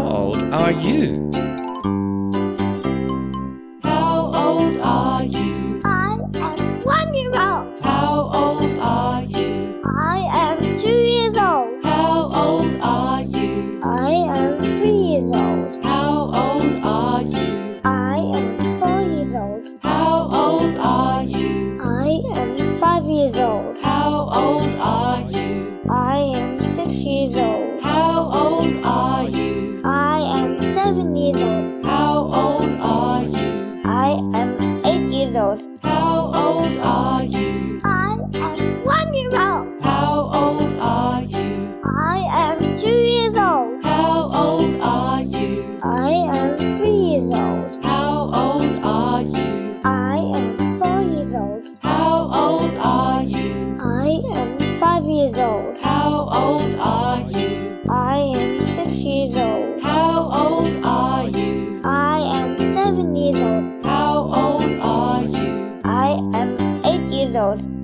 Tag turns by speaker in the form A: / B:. A: are you?
B: How old are you?
C: I am one year old.
B: How old are you?
C: I am two years old.
B: How old are you?
C: I am three years old.
B: How old are you?
C: I am four years old.
B: How old are you?
C: I am five years old.
B: How old are you?
C: I am six years old.
B: How old are you?
C: I am seven years old.
B: How old are you?
C: I am eight years old.
B: How old are you?
C: I am one year old.
B: How old are you?
C: I am two years old.
B: How old are you?
C: I am three years old.
B: How old are you?
C: I am four years old.
B: How old are you?
C: I am five years old.
B: How old are you?
C: I am six years old.
B: How old are you?
C: I am seven years old.
B: How old are you?
C: I am eight years old.